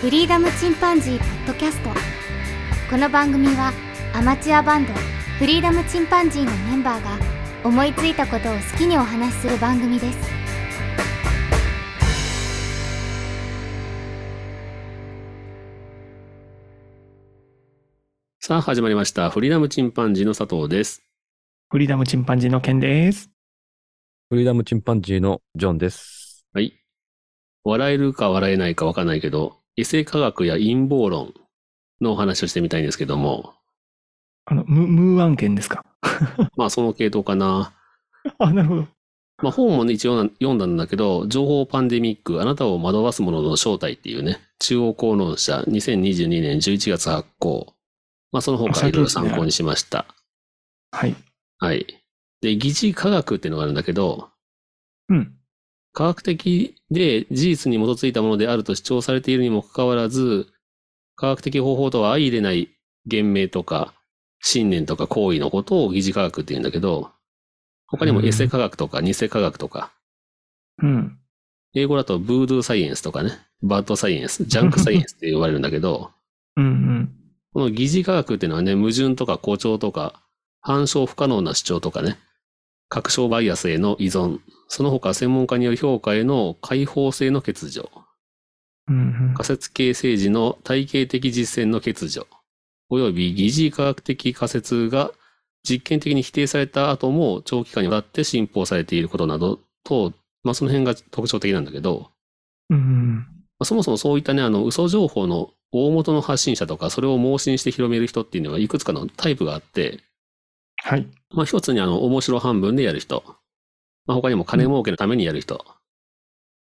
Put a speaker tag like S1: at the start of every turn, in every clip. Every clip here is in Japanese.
S1: フリーダムチンパンジーポッドキャストこの番組はアマチュアバンドフリーダムチンパンジーのメンバーが思いついたことを好きにお話しする番組です
S2: さあ始まりました。フリーダムチンパンジーの佐藤です。
S3: フリーダムチンパンジーのケンです。
S4: フリーダムチンパンジーのジョンです。
S2: はい。笑えるか笑えないかわかんないけど、エセ科学や陰謀論のお話をしてみたいんですけども、
S3: あの、ムムー案件ですか
S2: まあその系統かな。
S3: あ、なるほど。
S2: まあ本もね、一応な読んだんだけど、情報パンデミック、あなたを惑わすものの正体っていうね、中央公論社2022年11月発行。まあその方からいろいろ参考にしました。
S3: はい。
S2: はい。で、疑似科学っていうのがあるんだけど、
S3: うん。
S2: 科学的で事実に基づいたものであると主張されているにもかかわらず、科学的方法とは相入れない言明とか、信念とか行為のことを疑似科学って言うんだけど、他にも
S3: うん
S2: エセ科学とか偽科学とか、
S3: うん。
S2: 英語だとブードゥーサイエンスとかね、バッドサイエンス、ジャンクサイエンスって呼ばれるんだけ ど、
S3: うんうん。
S2: この疑似科学っていうのはね、矛盾とか誇張とか、反証不可能な主張とかね、確証バイアスへの依存、その他専門家による評価への開放性の欠如、
S3: うんうん。
S2: 仮説系政治の体系的実践の欠如、および疑似科学的仮説が実験的に否定された後も長期間にわたって信奉されていることなどと、まあ、その辺が特徴的なんだけど、
S3: うんうん。
S2: まあそもそもそういったね、あの、嘘情報の大元の発信者とか、それを盲信して広める人っていうのはいくつかのタイプがあって、
S3: はい。
S2: まあ一つにあの、面白半分でやる人。まあ他にも金儲けのためにやる人。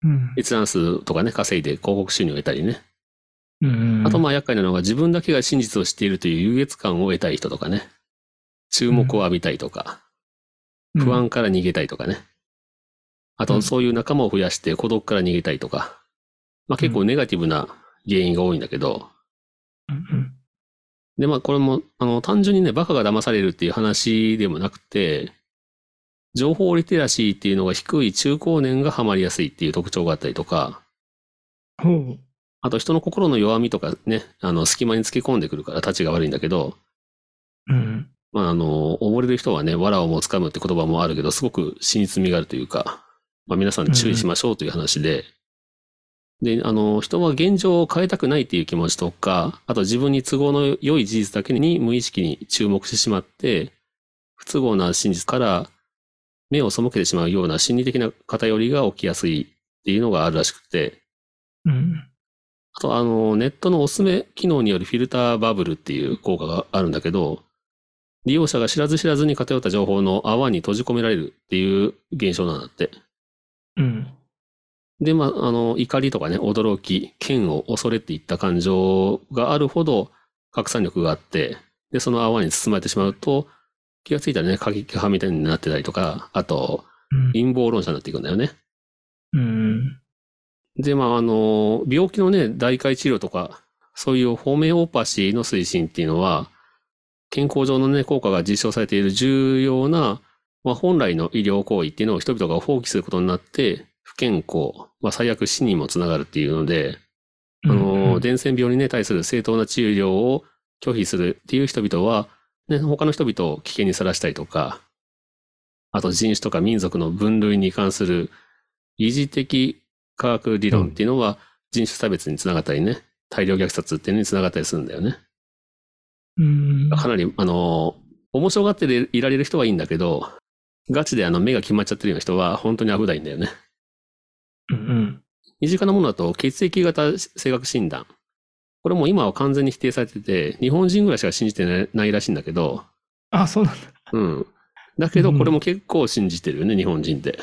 S3: うん。
S2: 閲覧数とかね、稼いで広告収入を得たりね。
S3: うんうん
S2: あとまあ厄介なのが自分だけが真実を知っているという優越感を得たい人とかね。注目を浴びたいとか、不安から逃げたいとかね。あ
S3: う
S2: と
S3: ん
S2: そういう仲間を増やして孤独から逃げたいとか。まあ結構ネガティブな原因が多いんだけど、
S3: うんうん。
S2: で、まあ、これも、あの、単純にね、バカが騙されるっていう話でもなくて、情報リテラシーっていうのが低い中高年がハマりやすいっていう特徴があったりとか、
S3: ほう。
S2: あと人の心の弱みとかね、あの、隙間につけ込んでくるから立ちが悪いんだけど、
S3: うん。
S2: まあ、あの、溺れる人はね、藁をもつかむって言葉もあるけど、すごく親密味があるというか、まあ、皆さん注意しましょうという話で、で、あの、人は現状を変えたくないっていう気持ちとか、あと自分に都合の良い事実だけに無意識に注目してしまって、不都合な真実から目を背けてしまうような心理的な偏りが起きやすいっていうのがあるらしくて、
S3: うん。
S2: あと、あの、ネットのおすすめ機能によるフィルターバブルっていう効果があるんだけど、利用者が知らず知らずに偏った情報の泡に閉じ込められるっていう現象なんだって。
S3: うん。
S2: で、まあ、あの、怒りとかね、驚き、嫌悪、恐れっていった感情があるほど拡散力があって、で、その泡に包まれてしまうと、気がついたらね、過激派みたいになってたりとか、あと、
S3: うん。
S2: 陰謀論者になっていくんだよね。
S3: うん。
S2: で、まあ、あの、病気のね、代替治療とか、そういうホメオパシーの推進っていうのは、健康上のね、効果が実証されている重要な、まあ、本来の医療行為っていうのを人々が放棄することになって、不健康、まあ、最悪死にもつながるっていうので、あの、伝染病にね、対する正当な治療を拒否するっていう人々は、ね、他の人々を危険にさらしたりとか、あと人種とか民族の分類に関する疑似的科学理論っていうのは人種差別につながったりね、大量虐殺っていうのにつながったりするんだよね。
S3: うん。
S2: かなり、あの、面白がっていられる人はいいんだけど、ガチであの目が決まっちゃってるような人は本当に危ないんだよね。
S3: うんうん。
S2: 身近なものだと血液型性格診断。これも今は完全に否定されてて、日本人ぐらいしか信じてないないらしいんだけど、
S3: あ、そうなんだ。
S2: うん。だけど
S3: うん
S2: これも結構信じてるよね、日本人って。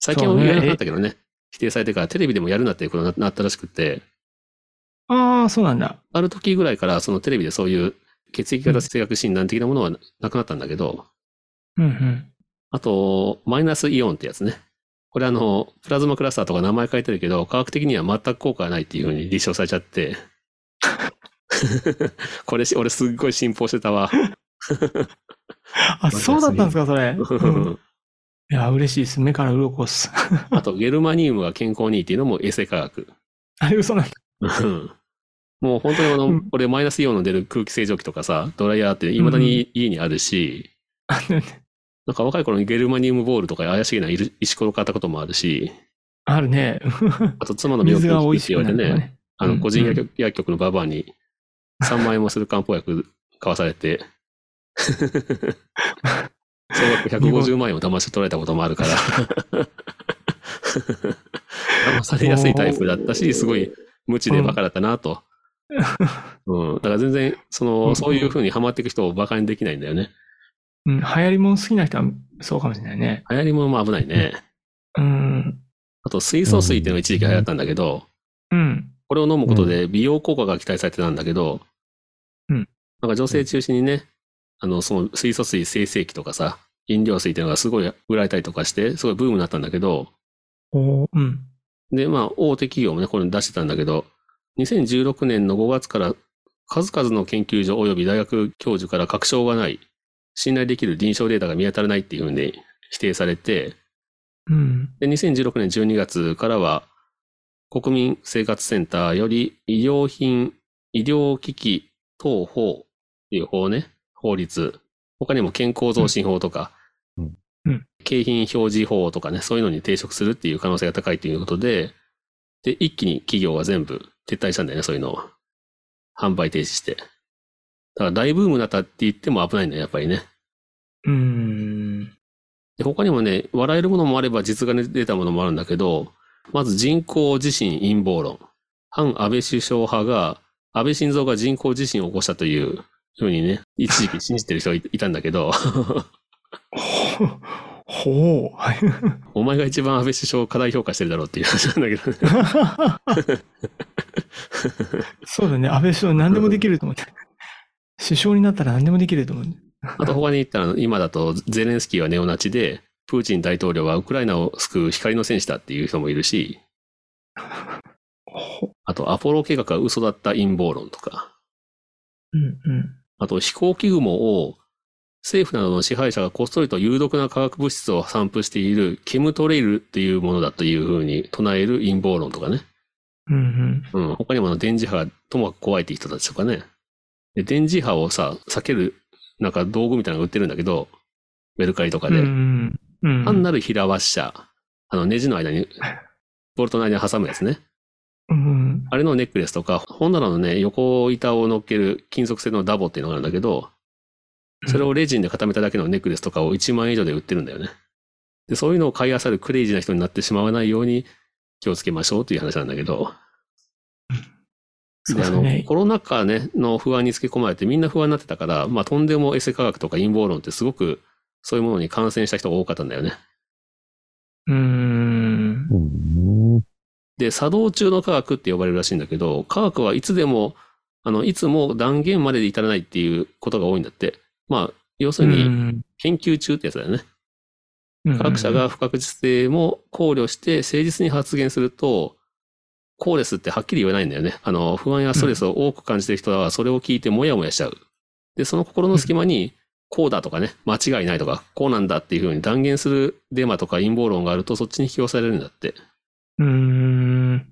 S2: 最近は
S3: そうね
S2: 言わなくなったけどね、否定されてからテレビでもやるなっていうことにななったらしくて、
S3: ああ、そうなんだ。
S2: ある時ぐらいからそのテレビでそういう血液型性格診断的なものはなくなったんだけど、
S3: うんうん。
S2: あと、マイナスイオンってやつね。これあの、プラズマクラスターとか名前書いてるけど、科学的には全く効果がないっていうふうに立証されちゃって。 これし、俺すっごい信奉してたわ。
S3: あ、そうだったんですか、それ。うん いや、嬉しいです。目から鱗っす。
S2: あと、ゲルマニウムが健康にいいっていうのも衛生科学。
S3: あれ、嘘なんだ。
S2: うんもう本当にあ
S3: う
S2: の
S3: ん、
S2: これマイナスイオンの出る空気清浄機とかさ、ドライヤーって未だに家にあるし、
S3: あのね
S2: なんか若い頃にゲルマニウムボールとか怪しげな石石ころ買ったこともあるし、
S3: あるね。
S2: あと妻の病気
S3: 水が美
S2: に
S3: 味
S2: って
S3: し
S2: 言
S3: く
S2: わ
S3: な
S2: れ
S3: る
S2: て
S3: とか
S2: ね、
S3: ね。
S2: あの、個人
S3: うん
S2: 薬局,、薬局のババアに3万円もする漢方薬 買わされて、総額150万円を騙して取られたこともあるから。騙されやすいタイプだったし、すごい無知でバカだったなと。うん。だから全然、その、
S3: うん
S2: そういう風にハマっていく人をバカにできないんだよね。
S3: うん、流行り物好きな人はそうかもしれないね。
S2: 流行り物も危ないね。
S3: うん。
S2: あと、水素水っていうのが一時期流行ったんだけど、
S3: うん。
S2: これを飲むことで美容効果が期待されてたんだけど、
S3: うん
S2: なんか女性中心にね、あの、その水素水生成器とかさ、飲料水っていうのがすごい売られたりとかして、すごいブームになったんだけど、
S3: おーうん。
S2: で、まあ、大手企業もね、これ出してたんだけど、2016年の5月から、数々の研究所及び大学教授から確証がない、信頼できる臨床データが見当たらないっていうふうに否定されて、
S3: うん。
S2: で、2016年12月からは、国民生活センターより医療品、医療機器等法っていう法ね、法律。他にも健康増進法とか、
S4: うん
S3: うん
S2: 景品表示法とかね、そういうのに抵触するっていう可能性が高いということで、で、一気に企業は全部撤退したんだよね、そういうのを。販売停止して。だから大ブームになったって言っても危ないんだよ、やっぱりね。
S3: うん。
S2: で、他にもね、笑えるものもあれば実が出たものもあるんだけど、まず人工自身陰謀論。反安倍首相派が、安倍晋三が人工自身を起こしたというふうにね、一時期信じてる人がい いたんだけど、
S3: ほうほう。はい。
S2: お前が一番安倍首相を過大評価してるだろうっていう話なんだけど ね。
S3: そうだね。安倍首相何でもできると思って。首相になったら何でもできると思う。
S2: あと他に言ったら、今だとゼレンスキーはネオナチで、プーチン大統領はウクライナを救う光の戦士だっていう人もいるし、
S3: ほ
S2: あとアポロ計画は嘘だった陰謀論とか。
S3: うんうん。
S2: あと飛行機雲を政府などの支配者がこっそりと有毒な化学物質を散布しているケムトレイルというものだというふうに唱える陰謀論とかね。
S3: うん
S2: うん。他にもあの電磁波がともかく怖いって人たちとかね。で、電磁波をさ、避ける、なんか道具みたいなのが売ってるんだけど、メルカリとか
S3: うん。う
S2: で。
S3: んうん。
S2: 単なる平ワッシャー。あの、ネジの間 に、ボルトの間に挟むやつね。
S3: うん。
S2: あれのネックレスとか、本棚のね、横板を乗っける金属製のダボっていうのがあるんだけど、それをレジンで固めただけのネックレスとかを1万円以上で売ってるんだよね。で、そういうのを買い漁るクレイジーな人になってしまわないように気をつけましょうという話なんだけど、
S3: そう
S2: で
S3: で
S2: あ
S3: す
S2: の
S3: ね。
S2: コロナ禍、ね、の不安につけ込まれてみんな不安になってたから、まあ、とんでもエセ科学とか陰謀論ってすごくそういうものに感染した人が多かったんだよね。
S3: うん。
S4: うん。
S2: で、作動中の科学って呼ばれるらしいんだけど、科学はいつでも、あの、いつも断言までで至らないっていうことが多いんだって。まあ、要するに、研究中ってやつだよね。科学者が不確実性も考慮して誠実に発言すると、こうですってはっきり言えないんだよね。あの、不安やストレスを多く感じてる人は、それを聞いてもやもやしちゃう。で、その心の隙間に、こうだとかね、間違いないとか、こうなんだっていうふうに断言するデマとか陰謀論があると、そっちに引き寄せられるんだって。
S3: うん。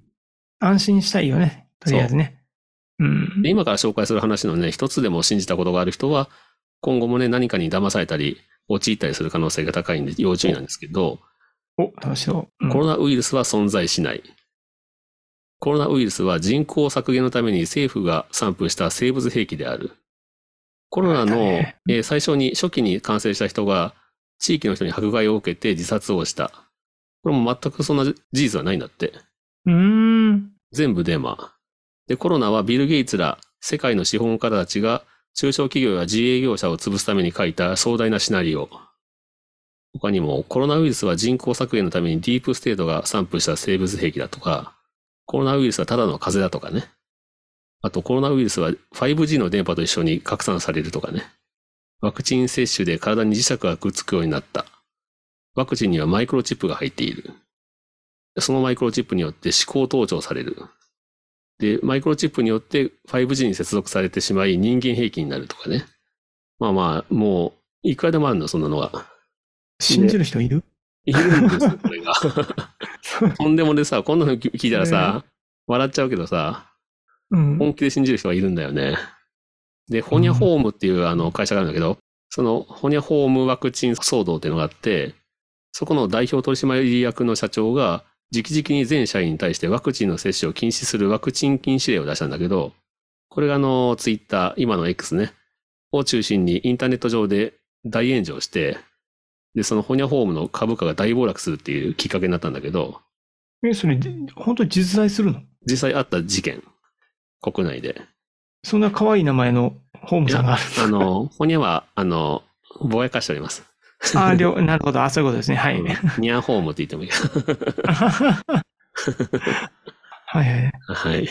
S3: 安心したいよね。とりあえずね。うん
S2: で。今から紹介する話のね、一つでも信じたことがある人は、今後もね、何かに騙されたり、陥ったりする可能性が高いんで、要注意なんですけど、
S3: お、楽しそう。うん
S2: コロナウイルスは存在しない。コロナウイルスは人口削減のために政府が散布した生物兵器である。コロナの、
S3: はいはい
S2: えー最初に、初期に感染した人が、地域の人に迫害を受けて自殺をした。これも全くそんな事実はないんだって。
S3: うん。
S2: 全部デマ。で、コロナはビル・ゲイツら世界の資本家たちが中小企業や自営業者を潰すために書いた壮大なシナリオ。他にも、コロナウイルスは人口削減のためにディープステートが散布した生物兵器だとか、コロナウイルスはただの風邪だとかね。あと、コロナウイルスは 5G の電波と一緒に拡散されるとかね。ワクチン接種で体に磁石がくっつくようになった。ワクチンにはマイクロチップが入っている。そのマイクロチップによって思考盗聴される。で、マイクロチップによって 5G に接続されてしまい人間兵器になるとかね。まあまあ、もう、いくらでもあるの、そんなのが。
S3: 信じる人いる
S2: いるんですよ、これが。とんでもでさ、こんなの聞いたらさ、笑っちゃうけどさ、
S3: うん。
S2: 本気で信じる人がいるんだよね。で、ホニャホームっていうあの会社があるんだけど、そのホニャホームワクチン騒動っていうのがあって、そこの代表取締役の社長が、直々に全社員に対してワクチンの接種を禁止するワクチン禁止令を出したんだけど、これがあの、ツイッター、今の X ね、を中心にインターネット上で大炎上して、で、そのホニャホームの株価が大暴落するっていうきっかけになったんだけど、
S3: え、それ、じ本当に実在するの
S2: 実際あった事件、国内で。
S3: そんな可愛い名前のホームさんがある。
S2: あの、ほにゃは、あの、ぼやかしております。
S3: あー、りょなるほど。あ、そういうことですね。はい。
S2: うん
S3: はい
S2: ニャンホームって言ってもいいか。
S3: はい。
S2: はい。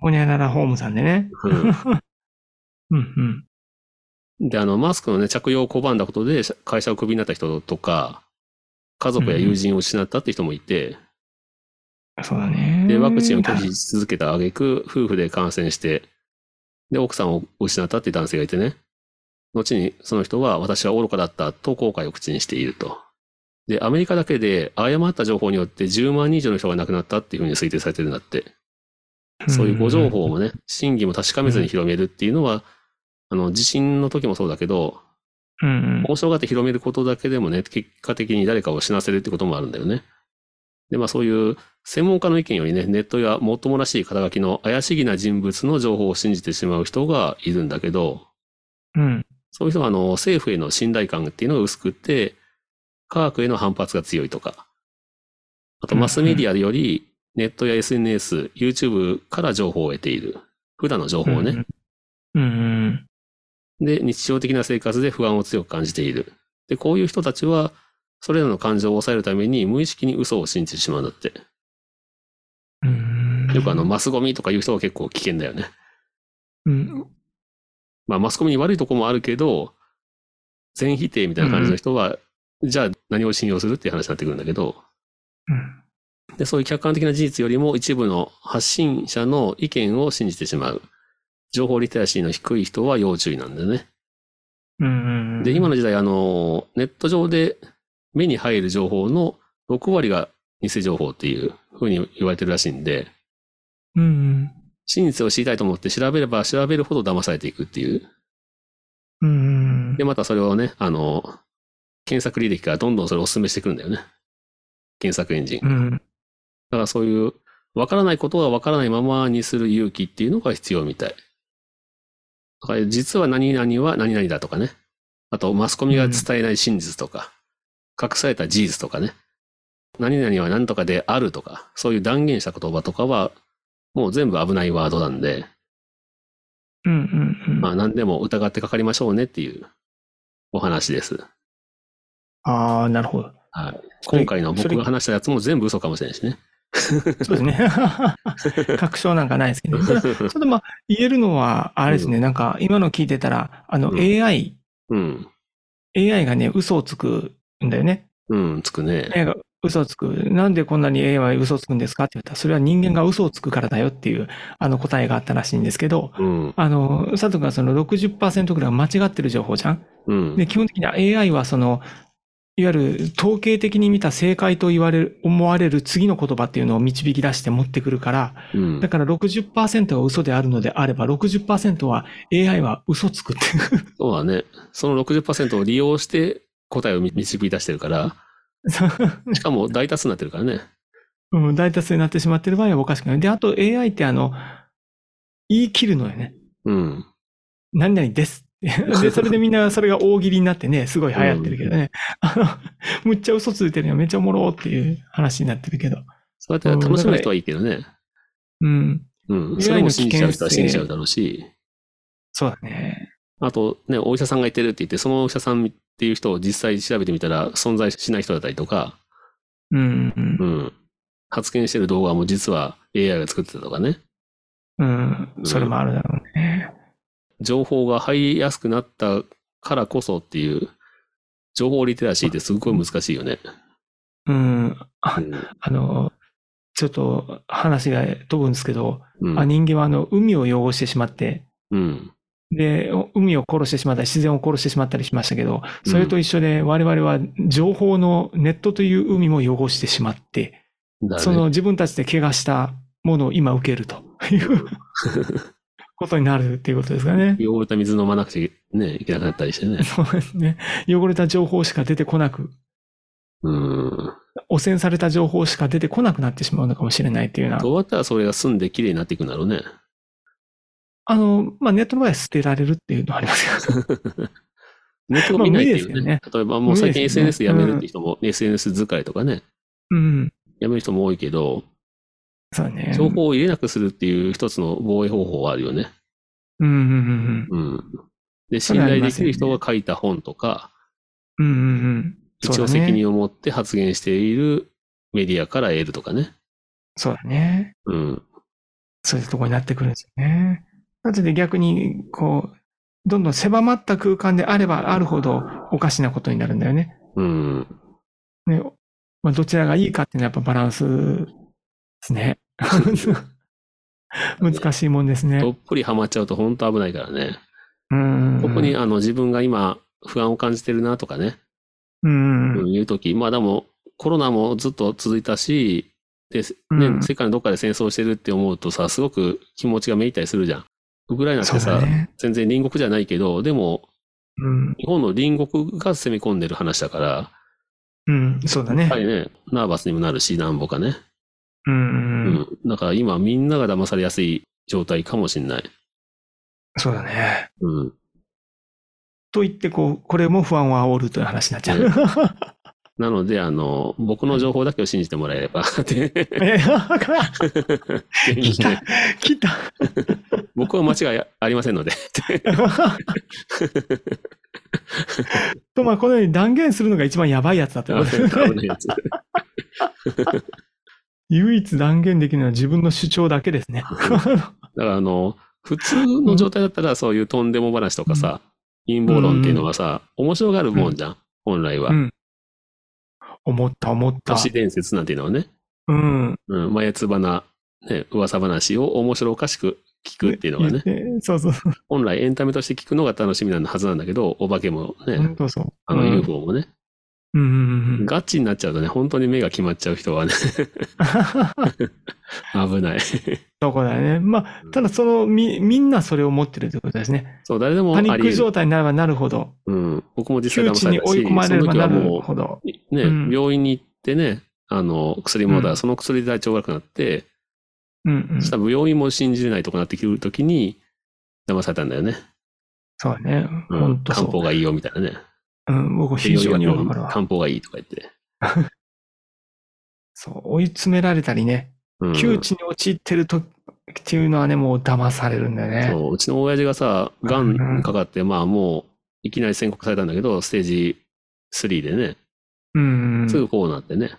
S3: ほにゃららホームさんでね。うんうん。
S2: うんで、あの、マスクのね、着用を拒んだことで、会社をクビになった人とか、家族や友人を失ったって人もいて、
S3: そうだね。
S2: で、ワクチンを拒否し続けた挙句、夫婦で感染して、で、奥さんを失ったって男性がいてね。後に、その人は、私は愚かだったと後悔を口にしていると。で、アメリカだけで、誤った情報によって10万人以上の人が亡くなったっていうふうに推定されてるんだって。そういう誤情報もね、真偽も確かめずに広めるっていうのは、あの、地震の時もそうだけど、
S3: うんうん。
S2: 面白がって広めることだけでもね、結果的に誰かを死なせるってこともあるんだよね。で、まあそういう専門家の意見よりね、ネットやもっともらしい肩書きの怪しげな人物の情報を信じてしまう人がいるんだけど、
S3: うん。
S2: そういう人はあの、政府への信頼感っていうのが薄くって、科学への反発が強いとか、あとマスメディアよりネットや SNS、YouTube から情報を得ている。普段の情報をね。
S3: うんうん。
S2: で、日常的な生活で不安を強く感じている。で、こういう人たちは、それらの感情を抑えるために無意識に嘘を信じてしまうんだって。
S3: うん。うん。
S2: よくあの、マスゴミとかいう人は結構危険だよね。
S3: うん。
S2: まあ、マスコミに悪いとこもあるけど、全否定みたいな感じの人は、じゃあ何を信用するっていう話になってくるんだけど、
S3: うん。
S2: で、そういう客観的な事実よりも一部の発信者の意見を信じてしまう。情報リテラシーの低い人は要注意なんだよね。
S3: うんうん。
S2: で、今の時代、あの、ネット上で目に入る情報の6割が偽情報っていうふうに言われてるらしいんで、
S3: うんうん。
S2: 真実を知りたいと思って調べれば調べるほど騙されていくっていう。
S3: うんうん
S2: で、。またそれをね、あの、検索履歴からどんどんそれをお勧めしてくるんだよね。検索エンジン。だ
S3: うん。
S2: からそういう、わからないことはわからないままにする勇気っていうのが必要みたい。だから実は何々は何々だとかね。あと、マスコミが伝えない真実とか、隠された事実とかね。何々は何とかであるとか、そういう断言した言葉とかは、もう全部危ないワードなんで、
S3: うんうんうん。
S2: まあ何でも疑ってかかりましょうねっていうお話です。
S3: ああ、なるほど。
S2: はい。
S3: れ
S2: 今回の僕が話したやつも全部嘘かもしれないしね。
S3: そうですね。確証なんかないですけど、ね。ただ、ただまあ、言えるのは、あれですね、なんか、今の聞いてたら、あの、
S2: うん
S3: AI、
S2: うん。
S3: AI がね、嘘をつくんだよね。
S2: うん、つくね。
S3: AI が嘘をつく。なんでこんなに AI は嘘をつくんですかって言ったら、それは人間が嘘をつくからだよっていう、あの答えがあったらしいんですけど、
S2: うん。
S3: あの、佐藤君はその60%ぐらい間違ってる情報じゃん
S2: うん。
S3: で、基本的には AI はその、いわゆる統計的に見た正解と言われる、思われる次の言葉っていうのを導き出して持ってくるから、
S2: うん
S3: だから60%が嘘であるのであれば、60%は AI は嘘つくっていう。
S2: そうだね。その60%を利用して答えを導き出してるから、しかも大多数になってるからね。
S3: うん、大多数になってしまってる場合はおかしくない。で、あと AI ってあの、言い切るのよね。
S2: うん。
S3: 何々 です。で、それでみんなそれが大喜利になってね、すごい流行ってるけどね。あの、 むっちゃ嘘ついてるよ、めっちゃおもろーっていう話になってるけど。
S2: そうやって楽しむ人はいいけどね。
S3: うん、
S2: うん。
S3: 未
S2: それ
S3: 来
S2: も
S3: の
S2: 信
S3: 危険性
S2: じちゃう人は信じちゃうだろうし、
S3: そうだね。
S2: あとね、お医者さんがいてるって言って、そのお医者さんっていう人を実際調べてみたら存在しない人だったりとか、
S3: うん、うん
S2: う。ん。発言してる動画も実は AI が作ってたとかね。
S3: うん、それもあるだろうね。
S2: 情報が入りやすくなったからこそっていう、情報リテラシーってすごい難しいよね。
S3: うん、
S2: う
S3: あ
S2: ん
S3: あの、ちょっと話が飛ぶんですけど、
S2: うん
S3: あ人間はあの海を汚してしまって、
S2: うん。
S3: で、お海を殺してしまったり、自然を殺してしまったりしましたけど、それと一緒で我々は情報のネットという海も汚してしまって、
S2: だね
S3: その自分たちで怪我したものを今受けるということになるっていうことですかね。
S2: 汚れた水飲まなくちゃね、いけなくなったりしてね。
S3: そうですね。汚れた情報しか出てこなく、
S2: うん。
S3: 汚染された情報しか出てこなくなってしまうのかもしれないっていうような。
S2: どうやったらそれが澄んで綺麗になっていくんだろう ね。
S3: あの、まあ、ネットの場合は捨てられるっていうのはありますけど。
S2: ネットが見ないっていう
S3: まあ無理です
S2: ね
S3: よね。
S2: 例えばもう最近
S3: 無理ですよね
S2: SNS やめるって人も、SNS 使いとかね、
S3: うん。
S2: やめる人も多いけど、
S3: そうだね。
S2: 情報を入れなくするっていう一つの防衛方法はあるよね。
S3: うんうんうん
S2: うん。で、信
S3: それはあ
S2: 頼
S3: り
S2: で
S3: ま
S2: き
S3: すよ
S2: る
S3: ね
S2: 人が書いた本とか、
S3: うん。うんうんうん。そう
S2: 一
S3: だ
S2: 応
S3: ね
S2: 責任を持って発言しているメディアから得るとかね。
S3: そうだね。
S2: うん。
S3: そういうとこになってくるんですよね。なので逆に、こう、どんどん狭まった空間であればあるほどおかしなことになるんだよね。
S2: うん。
S3: ねまあ、どちらがいいかっていうのはやっぱバランスで すね。難しいもんです
S2: ど
S3: ね。
S2: っぷりハマっちゃうと本当危ないからね。
S3: うん。
S2: ここに、あの、自分が今不安を感じてるなとかね、
S3: うん、
S2: うん、いうとき、まあでも、コロナもずっと続いたし、で、ね、
S3: うん
S2: 世界のどっかで戦争してるって思うとさ、すごく気持ちがめいたりするじゃん。ウクライナって
S3: そう
S2: さ、
S3: だね。
S2: 全然隣国じゃないけど、でも、
S3: うん。
S2: 日本の隣国が攻め込んでる話だから、
S3: うん。そうだ
S2: や
S3: ね
S2: っぱ。りね、ナーバスにもなるし、なんぼかね。う
S3: う。
S2: ん
S3: うん、
S2: ん。だから今、みんなが騙されやすい状態かもしんない。
S3: そうだね。
S2: うん。
S3: と言って、こう、これも不安を煽るという話になっちゃう。
S2: なので、あの、僕の情報だけを信じてもらえれ ば、で
S3: え、来た来た
S2: 僕は間違いありませんので。
S3: と、まあ、このように断言するのが一番やばいやつだ ということですね。
S2: 危ないや つ
S3: 唯一断言できるのは自分の主張だけですね。
S2: だからあの、普通の状態だったらそういうとんでも話とかさ、陰謀論っていうのはさ、面白がるもんじゃん、本来は
S3: う。ん思った思った
S2: 都。市伝説なんていうのはね、
S3: うん。
S2: うん、前つばな、ね、噂話を面白おかしく聞くっていうのがね、
S3: 言って。そうそう。
S2: 本来エンタメとして聞くのが楽しみなはずなんだけど、お化けもね、
S3: そうそう。
S2: あの UFO もね、
S3: うんうんうん。
S2: ガチになっちゃうとね、本当に目が決まっちゃう人はね、 危ない。
S3: そこだよね。まあ、ただその、み、みんなそれを持ってるということですね。
S2: そう、誰でもあ
S3: パ
S2: り
S3: ニ
S2: 得
S3: ック
S2: る。
S3: 状態になればなるほど、
S2: うん、僕も実際
S3: 窮
S2: 騙
S3: 地
S2: され
S3: に
S2: たし、
S3: 追い込まれれ
S2: その
S3: ば
S2: 時
S3: な
S2: は
S3: る
S2: もう
S3: ほど。
S2: ね、
S3: うん
S2: 病院に行ってね、あの、薬もだ、
S3: うん
S2: その薬代調悪くなって、
S3: うんうん。
S2: そし
S3: そ
S2: たら病院も信じれないとこなってくるときに、騙されたんだよね。
S3: うね。
S2: うん
S3: 本当
S2: 漢
S3: そ
S2: 方がいいよみたいなね。
S3: う。うん、僕非常に
S2: 栄養
S3: わ
S2: 薬
S3: かる
S2: を
S3: わ。
S2: 漢方がいいとか言って。
S3: そう、追い詰められたりね、
S2: うん、
S3: 窮地に陥ってるとっていうのはね、もう騙されるんだよ
S2: そ
S3: ね。
S2: う、うちの親父がさ、がんかかって、まあもう、いきなり宣告されたんだけど、ステージ3でね、
S3: うん。
S2: すぐこうなってね。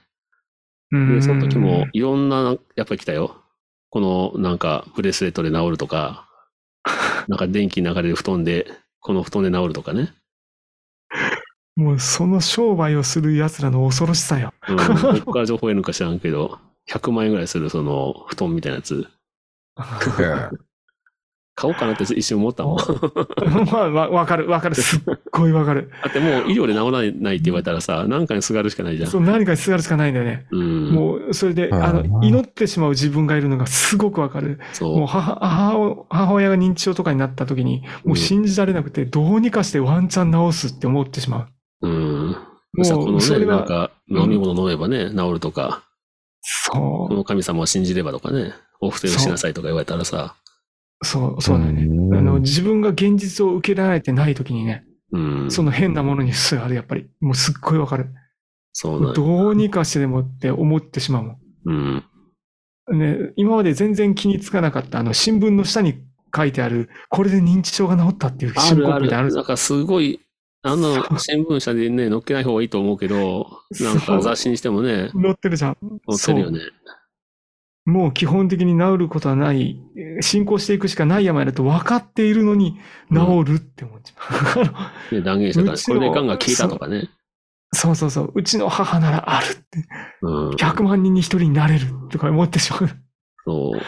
S3: うん
S2: で、その時も、いろんな、やっぱり来たよ。この、なんか、ブレスレットで治ると か、なんか電気流れる布団で、この布団で治るとかね。
S3: もうその商売をする奴らの恐ろしさよ。
S2: うん、ど こから情報得るのか知らんけど、100万円ぐらいするその布団みたいなやつ、買おうかなって一瞬思ったもん。だ
S3: まあ、わわかる、わかる。すっごいわかる。
S2: ってもう医療で治らないって言われたらさ、何かにすがるしかないじゃん
S3: そ。う何かにすがるしかないんだよね。
S2: うん。
S3: もう、それで、
S4: うん
S3: あの、祈ってしまう自分がいるのがすごくわかる。もう
S2: そ
S3: 母、母を母親が認知症とかになった時に、もう信じられなくて、どうにかしてワンチャン治すって思ってしまう。
S2: う。うん。
S3: もう
S2: さこの
S3: そ
S2: ね、
S3: れは
S2: なんか、飲み物飲めばね、治るとか、
S3: そ
S2: この神様を信じればとかね、お布施をしなさいとか言われたらさ、
S3: う、そう、そうだよね。あの、自分が現実を受けられてない時にね、
S2: うん。
S3: その変なものにすがる、やっぱり。もうすっごいわかる。
S2: そうなんだ。
S3: どうにかしてでもって思ってしまうもん。
S2: うん。
S3: ね、今まで全然気につかなかった、あの、新聞の下に書いてある、これで認知症が治ったっていう
S2: あ
S3: 申
S2: る
S3: 告
S2: あ
S3: みたいなのある
S2: る。
S3: じゃ
S2: なんんかすごい、あの、新聞社でね、載っけない方がいいと思うけど、なんか雑誌にしてもね、
S3: 載ってるじゃん。
S2: 載ってるよね。
S3: もう基本的に治ることはない、えー進行していくしかない病だと分かっているのに、治るって思っちゃう。 あの
S2: ね、断言してたね
S3: うち
S2: こ
S3: の
S2: れで癌が消えたとかね。
S3: そうそうそう、うちの母ならあるって、
S2: うん。
S3: 100万人に1人になれるとか思ってしまう。
S2: そう。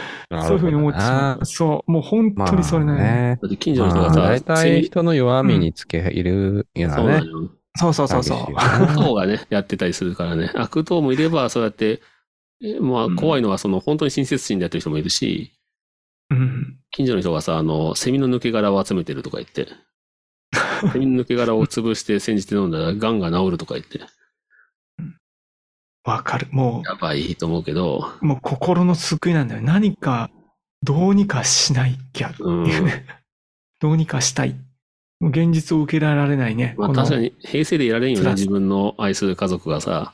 S3: そういうふうに思ってしまう。そう、もう本
S4: まあ
S3: 当にそれなのね。
S4: ね。
S2: だって近所の人
S4: ま
S2: が
S4: あ、
S2: さ、
S4: 大体人の弱みにつけ入れるや
S2: そうな
S4: だ
S2: の
S4: ね。
S2: よ。
S3: そうそうそうそう。
S2: 悪党が ね、やってたりするからね。悪党もいれば、そうやって、えまあ、怖いのは、その、本当に親切心でやってる人もいるし、
S3: うん。
S2: 近所の人がさ、あの、セミの抜け殻を集めてるとか言 って。セミの抜け殻を潰して煎じて飲んだら、癌が治るとか言って。
S3: わかる。も
S2: やばいと思うけど、
S3: う、もう心の救いなんだよ。何か、どうにかしないきゃって いうね。どうにかしたい。もう現実を受け入れられないね。
S2: まあ
S3: この
S2: 確か。に平成でいられんよね、
S3: 辛さ
S2: 自分の愛する家族がさ、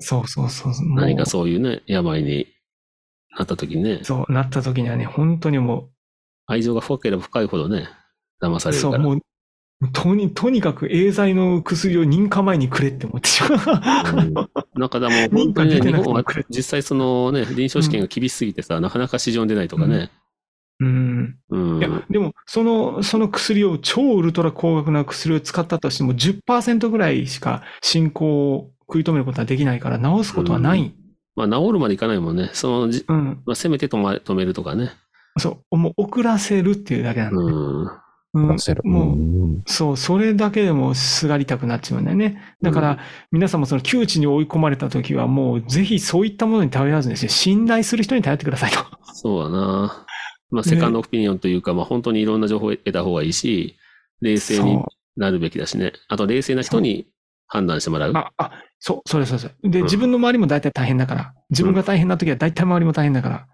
S3: そうそうそう。もう
S2: 何かそういうね、病になった時にね、
S3: そう、なった時にはね、本当にも
S2: 愛情が深ければ深いほどね、騙さ
S3: う、
S2: れるか
S3: そう、
S2: ら。
S3: もう、とに、とにかくエーザイの薬を認可前にくれって思ってしま
S2: う
S3: う。
S2: んなんかでも本当
S3: 認可出
S2: にね、日
S3: てなくて
S2: 本
S3: も
S2: は実際そのね、臨床試験が厳しすぎてさ、なかなか市場に出ないとかね。
S3: うん。
S2: うん。
S3: いや、でも、その、その薬を、超ウルトラ高額な薬を使ったとしても10%ぐらいしか進行を食い止めることはできないから、治すことはない。
S2: まあ治るまでいかないもんね。そのじ、
S3: うん。
S2: まあ、せめて止,、ま、止めるとかね。
S3: そう、もう遅らせるっていうだけなの。
S2: うん。
S3: うん
S4: 出せる。
S3: もう、
S4: ん
S3: そう、それだけでもすがりたくなっちまうんだよね。だか
S2: う
S3: ら
S2: ん、
S3: 皆さんもその窮地に追い込まれた時は、もうぜひそういったものに頼らずにですね、信頼する人に頼ってくださいと。
S2: そうだな。まあ、セカンドオピニオンというか、まあ、本当にいろんな情報を得た方がいいし、冷静に
S3: そう
S2: なるべきだしね。あと、冷静な人に判断してもらう。
S3: あ、あ、そう、それそれそれ。で、
S2: うん
S3: 自分の周りも大体大変だから。自分が大変な時は大体周りも大変だから。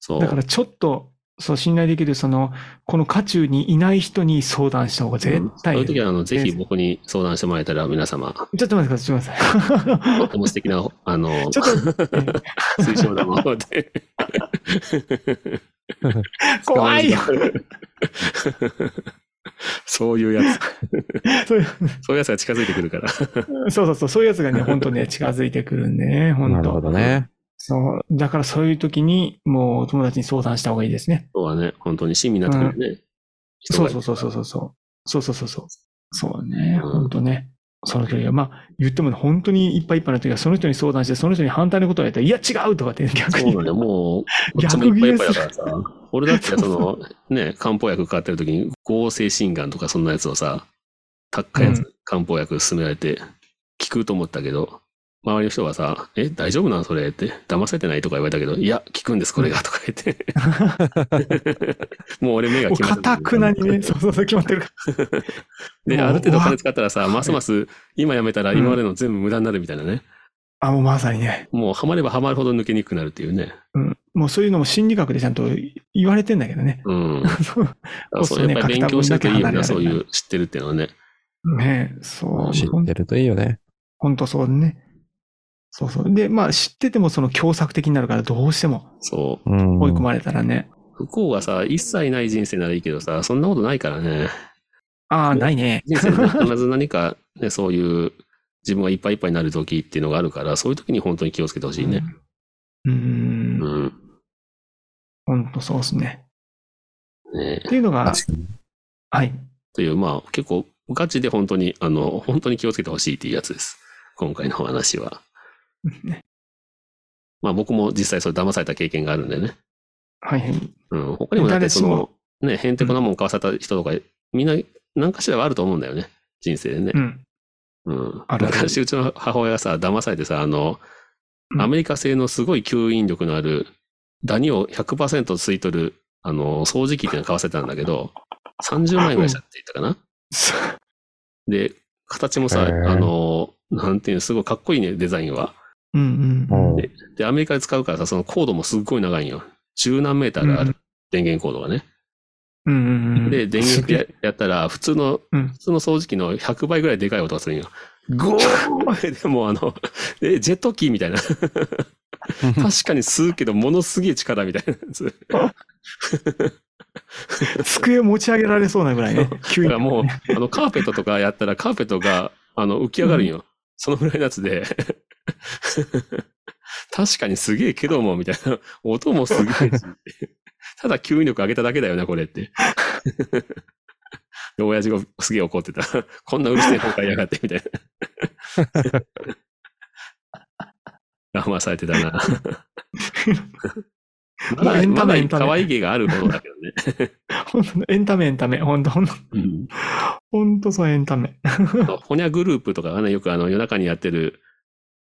S2: そう。
S3: だからちょっと、そう、信頼できる、その、この渦中にいない人に相談した方が絶対、
S2: うんそういう時
S3: ちょ
S2: は、あの、ぜひ
S3: 冷静
S2: 僕に相談してもらえたら、皆様、
S3: っと待ってください、ちょっと待ってくださ
S2: とっても素敵な、あの、
S3: い。ちょっと、ね
S2: 推奨 だもんで。
S3: 怖いよ。
S2: そういうや
S3: そういう
S2: つ、そういうやつが近づいてくるから。
S3: そうそうそう、そういうやつがね、本当ね、近づいてくるんでね、
S4: な
S3: 本
S4: るほ
S3: 当。
S4: どね。
S3: そう、だからそういう時に、もうお友達に相談した方がいいですね。
S2: そうはね、本当に親身になってくるね。人
S3: そ
S2: が
S3: うそうそうそうそうそう。そうそうそうそう。そうね、本当ね。その時は、まあ、言ってもね本当にいっぱいいっぱいの時は、その人に相談して、その人に反対のことをやったら、いや、違うとかって逆
S2: そう
S3: に
S2: な。んだよ、もう、こっちもいっぱいいっぱいだからさ。俺だってそ の、ね、漢方薬買ってる時に合成心眼とかそんなやつをさ、高いやつ、
S3: うん
S2: 漢方薬勧められて、聞くと思ったけど、周りの人がさ、え、大丈夫なんそれって、騙されてないとか言われたけど、いや、聞くんです、これが、とか言って。 もう俺目が
S3: もう、
S2: 決まって
S3: かたくなに ね、そうそうそう、決まってるから
S2: で、
S3: もう
S2: ある程度お
S3: うわ
S2: 金使ったらさ、ますます今やめたら
S3: うん
S2: 今までの全部無駄になるみたいなね。
S3: あ、もうまさにね。
S2: もうハマればハマるほど抜けにくくなるっていうね。
S3: うん。もうそういうのも心理学でちゃんと言われてんだけどね。
S2: うん。
S3: そう
S2: そうやっぱり勉強してるといいよな、そういう知ってるっていうのはね。
S3: ねそう。
S4: 知ってるといいよね。
S3: 本当そうね。そうそう。で、まあ知っててもその強策的になるからどうしても
S2: そ
S4: うん。
S3: 追い込まれたらね。
S2: う。不幸がさ、一切ない人生ならいいけどさ、そんなことないからね。
S3: ああ、ないね。
S2: 人生で必ず何かね、 そういう自分がいっぱいいっぱいになる時っていうのがあるから、そういう時に本当に気をつけてほしいね。
S3: う。
S2: うん
S3: うん。
S2: ん。
S3: 本当そうですね。
S2: ね
S3: っていうのが、
S4: 確かに
S3: はい。
S2: という、まあ結構ガチで本当に、あの、本当に気をつけてほしいっていうやつです。今回のお話は。
S3: ね
S2: まあ僕も実際それ騙された経験があるんでね。
S3: はいはい。
S2: うん。他にもだってそ
S3: 誰し
S2: の
S3: も、
S2: ね、へんてこなもん買わされた人とか、みんな何かしらはあると思うんだよね。人生でね
S3: う。ん。
S2: うん。
S3: あるある
S2: 昔うちの母親がさ、騙されてさ、あの、
S3: うん
S2: アメリカ製のすごい吸引力のある、ダニを100%吸い取る、あの、掃除機っていうのを買わせたんだけど、30万円ぐらいしたって言ったかな。
S3: そう
S2: で、形もさ、
S4: へー
S2: あの、なんていうの、すごいかっこいいね、デザインは。
S3: うんう。
S4: うんん
S2: で、アメリカで使うからさ、そのコードもすっごい長いんよ。十何メーターがある、
S3: うん
S2: 電源コードがね。
S3: うんうんうん。
S2: で、電
S3: す
S2: 源
S3: げ
S2: や
S3: え
S2: やったら、普通の、
S3: うん
S2: 普通の掃除機の100倍ぐらいでかい音がするんよ。ゴーでもあの、え、ジェット機みたいな。 確かに吸うけど、ものすげえ力みたいなやつ。
S3: 机持ち上げられそうなぐらいね。 急
S2: だから。
S3: に
S2: もう、あの、カーペットとかやったら、カーペットが、あの、浮き上がるんよ。そのぐらいのやつで。 確かにすげえけども、みたいな。音もすげえし。ただ吸引力上げただけだよな、これって。 で、親父がすげえ怒ってた。こんなうるせえ本買いやがって、みたいな。 騙されてた な。ま
S3: ま
S2: だ、
S3: あエンタ
S2: ま
S3: メ
S2: だ
S3: エンタメ
S2: 可愛げがあるほどだけどね。
S3: 本当エンタメエンタメ。本当本当
S2: うん
S3: 本当そうエンタメ。
S2: ほにゃグループとかがね、よくあの夜中にやってる、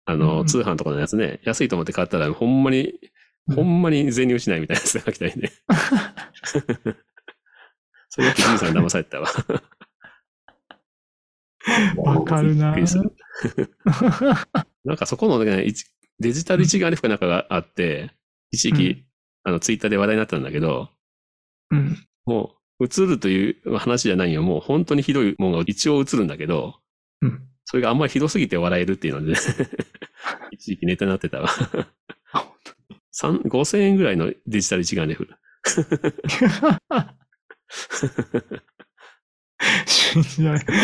S2: あの、
S3: うん
S2: 通販とかのやつね、安いと思って買ったら、ほんまに、
S3: うん
S2: ほんまに銭失いみたいなやつが来たりね。それやっぱじいさんに騙されてたわ。
S3: わかるな
S2: びっくりするなんかそこのね、一デジタル一眼レフかなんかがあって、一時期、あの、ツイッターで話題になったんだけど、
S3: うん。
S2: もう、映るという話じゃないよ。もう本当にひどいもんが一応映るんだけど、
S3: うん。
S2: それがあんまりひどすぎて笑えるっていうので、一時期ネタになってたわ。三5000円ぐらいのデジタル一眼レフ。
S3: 信じられない。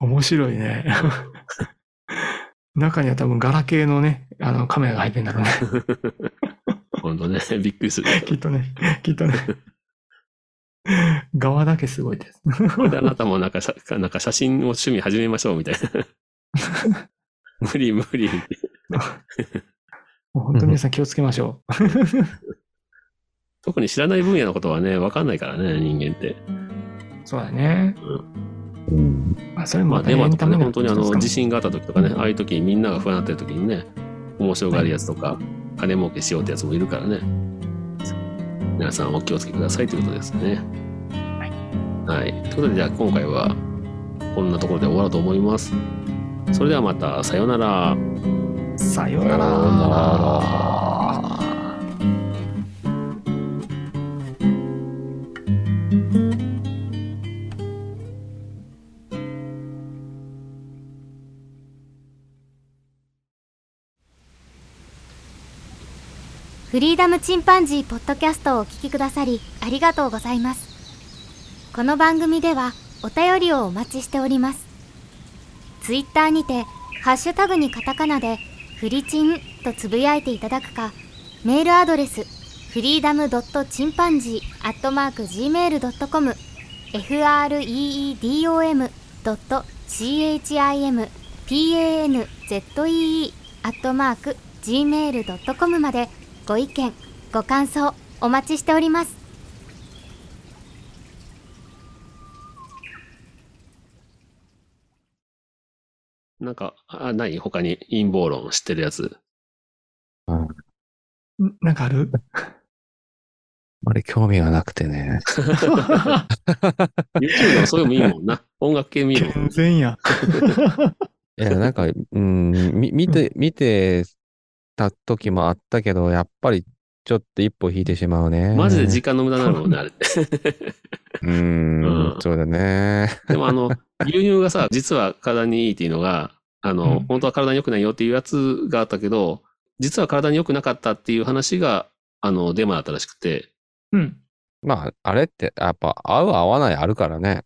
S3: 面白いね。中には多分ガラケーのね、あのカメラが入ってんだろうね。
S2: 本当ね、びっくりする。
S3: きっとね、きっとね。側だけすご いです。
S2: これであなたもなんかさ、なんか写真を趣味始めましょうみたいな。無理無理。
S3: もう本当に皆さん気をつけましょう。
S2: 特に知らない分野のことはね、わかんないからね、人間って。
S3: そうだね。
S4: うん。
S3: まあ、それも
S2: まあ、
S3: また
S2: デ
S3: エ
S2: マ
S3: ン
S2: と
S3: タ
S2: か
S3: メ
S2: ね、
S3: の
S2: 本当にあの、自
S3: 一つ
S2: 信があった時とかね、ああいう時にみんなが不安になってる時にね、面白がるやつとか、金儲けしようってやつもいるからね。皆さんお気をつけくださいということですね。はい。ということで、じゃあ今回は、こんなところで終わろうと思います。それではまた、さようなら。
S3: かもさような
S4: さよう
S3: ら。
S1: フリーダムチンパンジーポッドキャストをお聞きくださりありがとうございます。この番組ではお便りをお待ちしております。ツイッターにてハッシュタグにカタカナでフリチンとつぶやいていただくか、メールアドレスフリーダムドットチンパンジーアットマーク gmail.com freedom ドット chim panzee アットマーク gmail.com までご意見、ご感想お待ちしております。
S2: なんか、あ、ない他に陰謀論知ってるやつ。
S3: んなんかある
S4: あれ興味がなくてね。
S2: YouTube でもそういうの見るもん な。音楽系見るもん
S3: 健。全や。
S4: いや、なんか、うん、み、見て、見てた時もあったけど、やっぱりちょっと一歩引いてしまうね。
S2: マジで時間の無駄になるもんね、あれって。
S4: う
S2: うん
S4: ん、そうだね。
S2: でもあの、牛乳が さ、実は体にいいっていうのが、あの、
S3: うん
S2: 本当は体に良くないよっていうやつがあったけど、実は体に良くなかったっていう話が、あの、デマだったらしくて、
S3: うん。
S4: まあ、あれって、やっぱ合う合わないあるからね。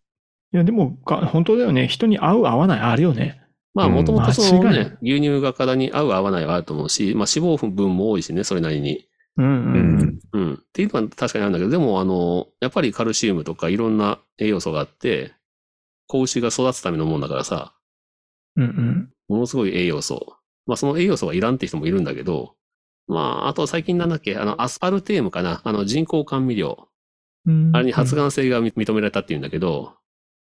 S3: いや、でもか、本当だよね。人に合う、合わない、あるよね。
S2: まあ、
S4: うん
S2: もともとその
S3: 間違い
S2: ね、牛乳が体に合う合わないはあると思うし、まあ、脂肪分も多いしね、それなりに。
S3: うんうん。
S2: うん。っていうのは確かにあるんだけど、でも、あの、やっぱりカルシウムとかいろんな栄養素があって、子牛が育つためのもんだからさ、
S3: うんうん。
S2: ものすごい栄養素。まあ、その栄養素がいらんって人もいるんだけど、まあ、あと最近なんだっけ、あの、アスパルテームかな、あの、人工甘味料。
S3: うん
S2: あれに発がん性が認認められたっていうんだけど、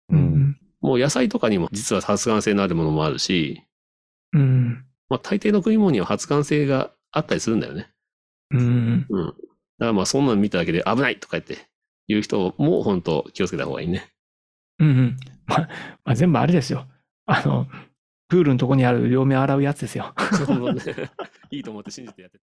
S3: う。ん
S2: もう野菜とかにも実は発がん性のあるものもあるし、
S3: うん。うん。
S2: まあ、大抵の食い物には発がん性があったりするんだよね。
S3: うん。
S2: うん。だからまあ、そんなの見ただけで危ないとか言って、言う人も本当気をつけた方がいい ね。
S3: うんうん。ま、まあ、全部あれですよ。あの、プールのとこにある両目洗うやつですよ。
S2: そうねいいと思って信じてやって。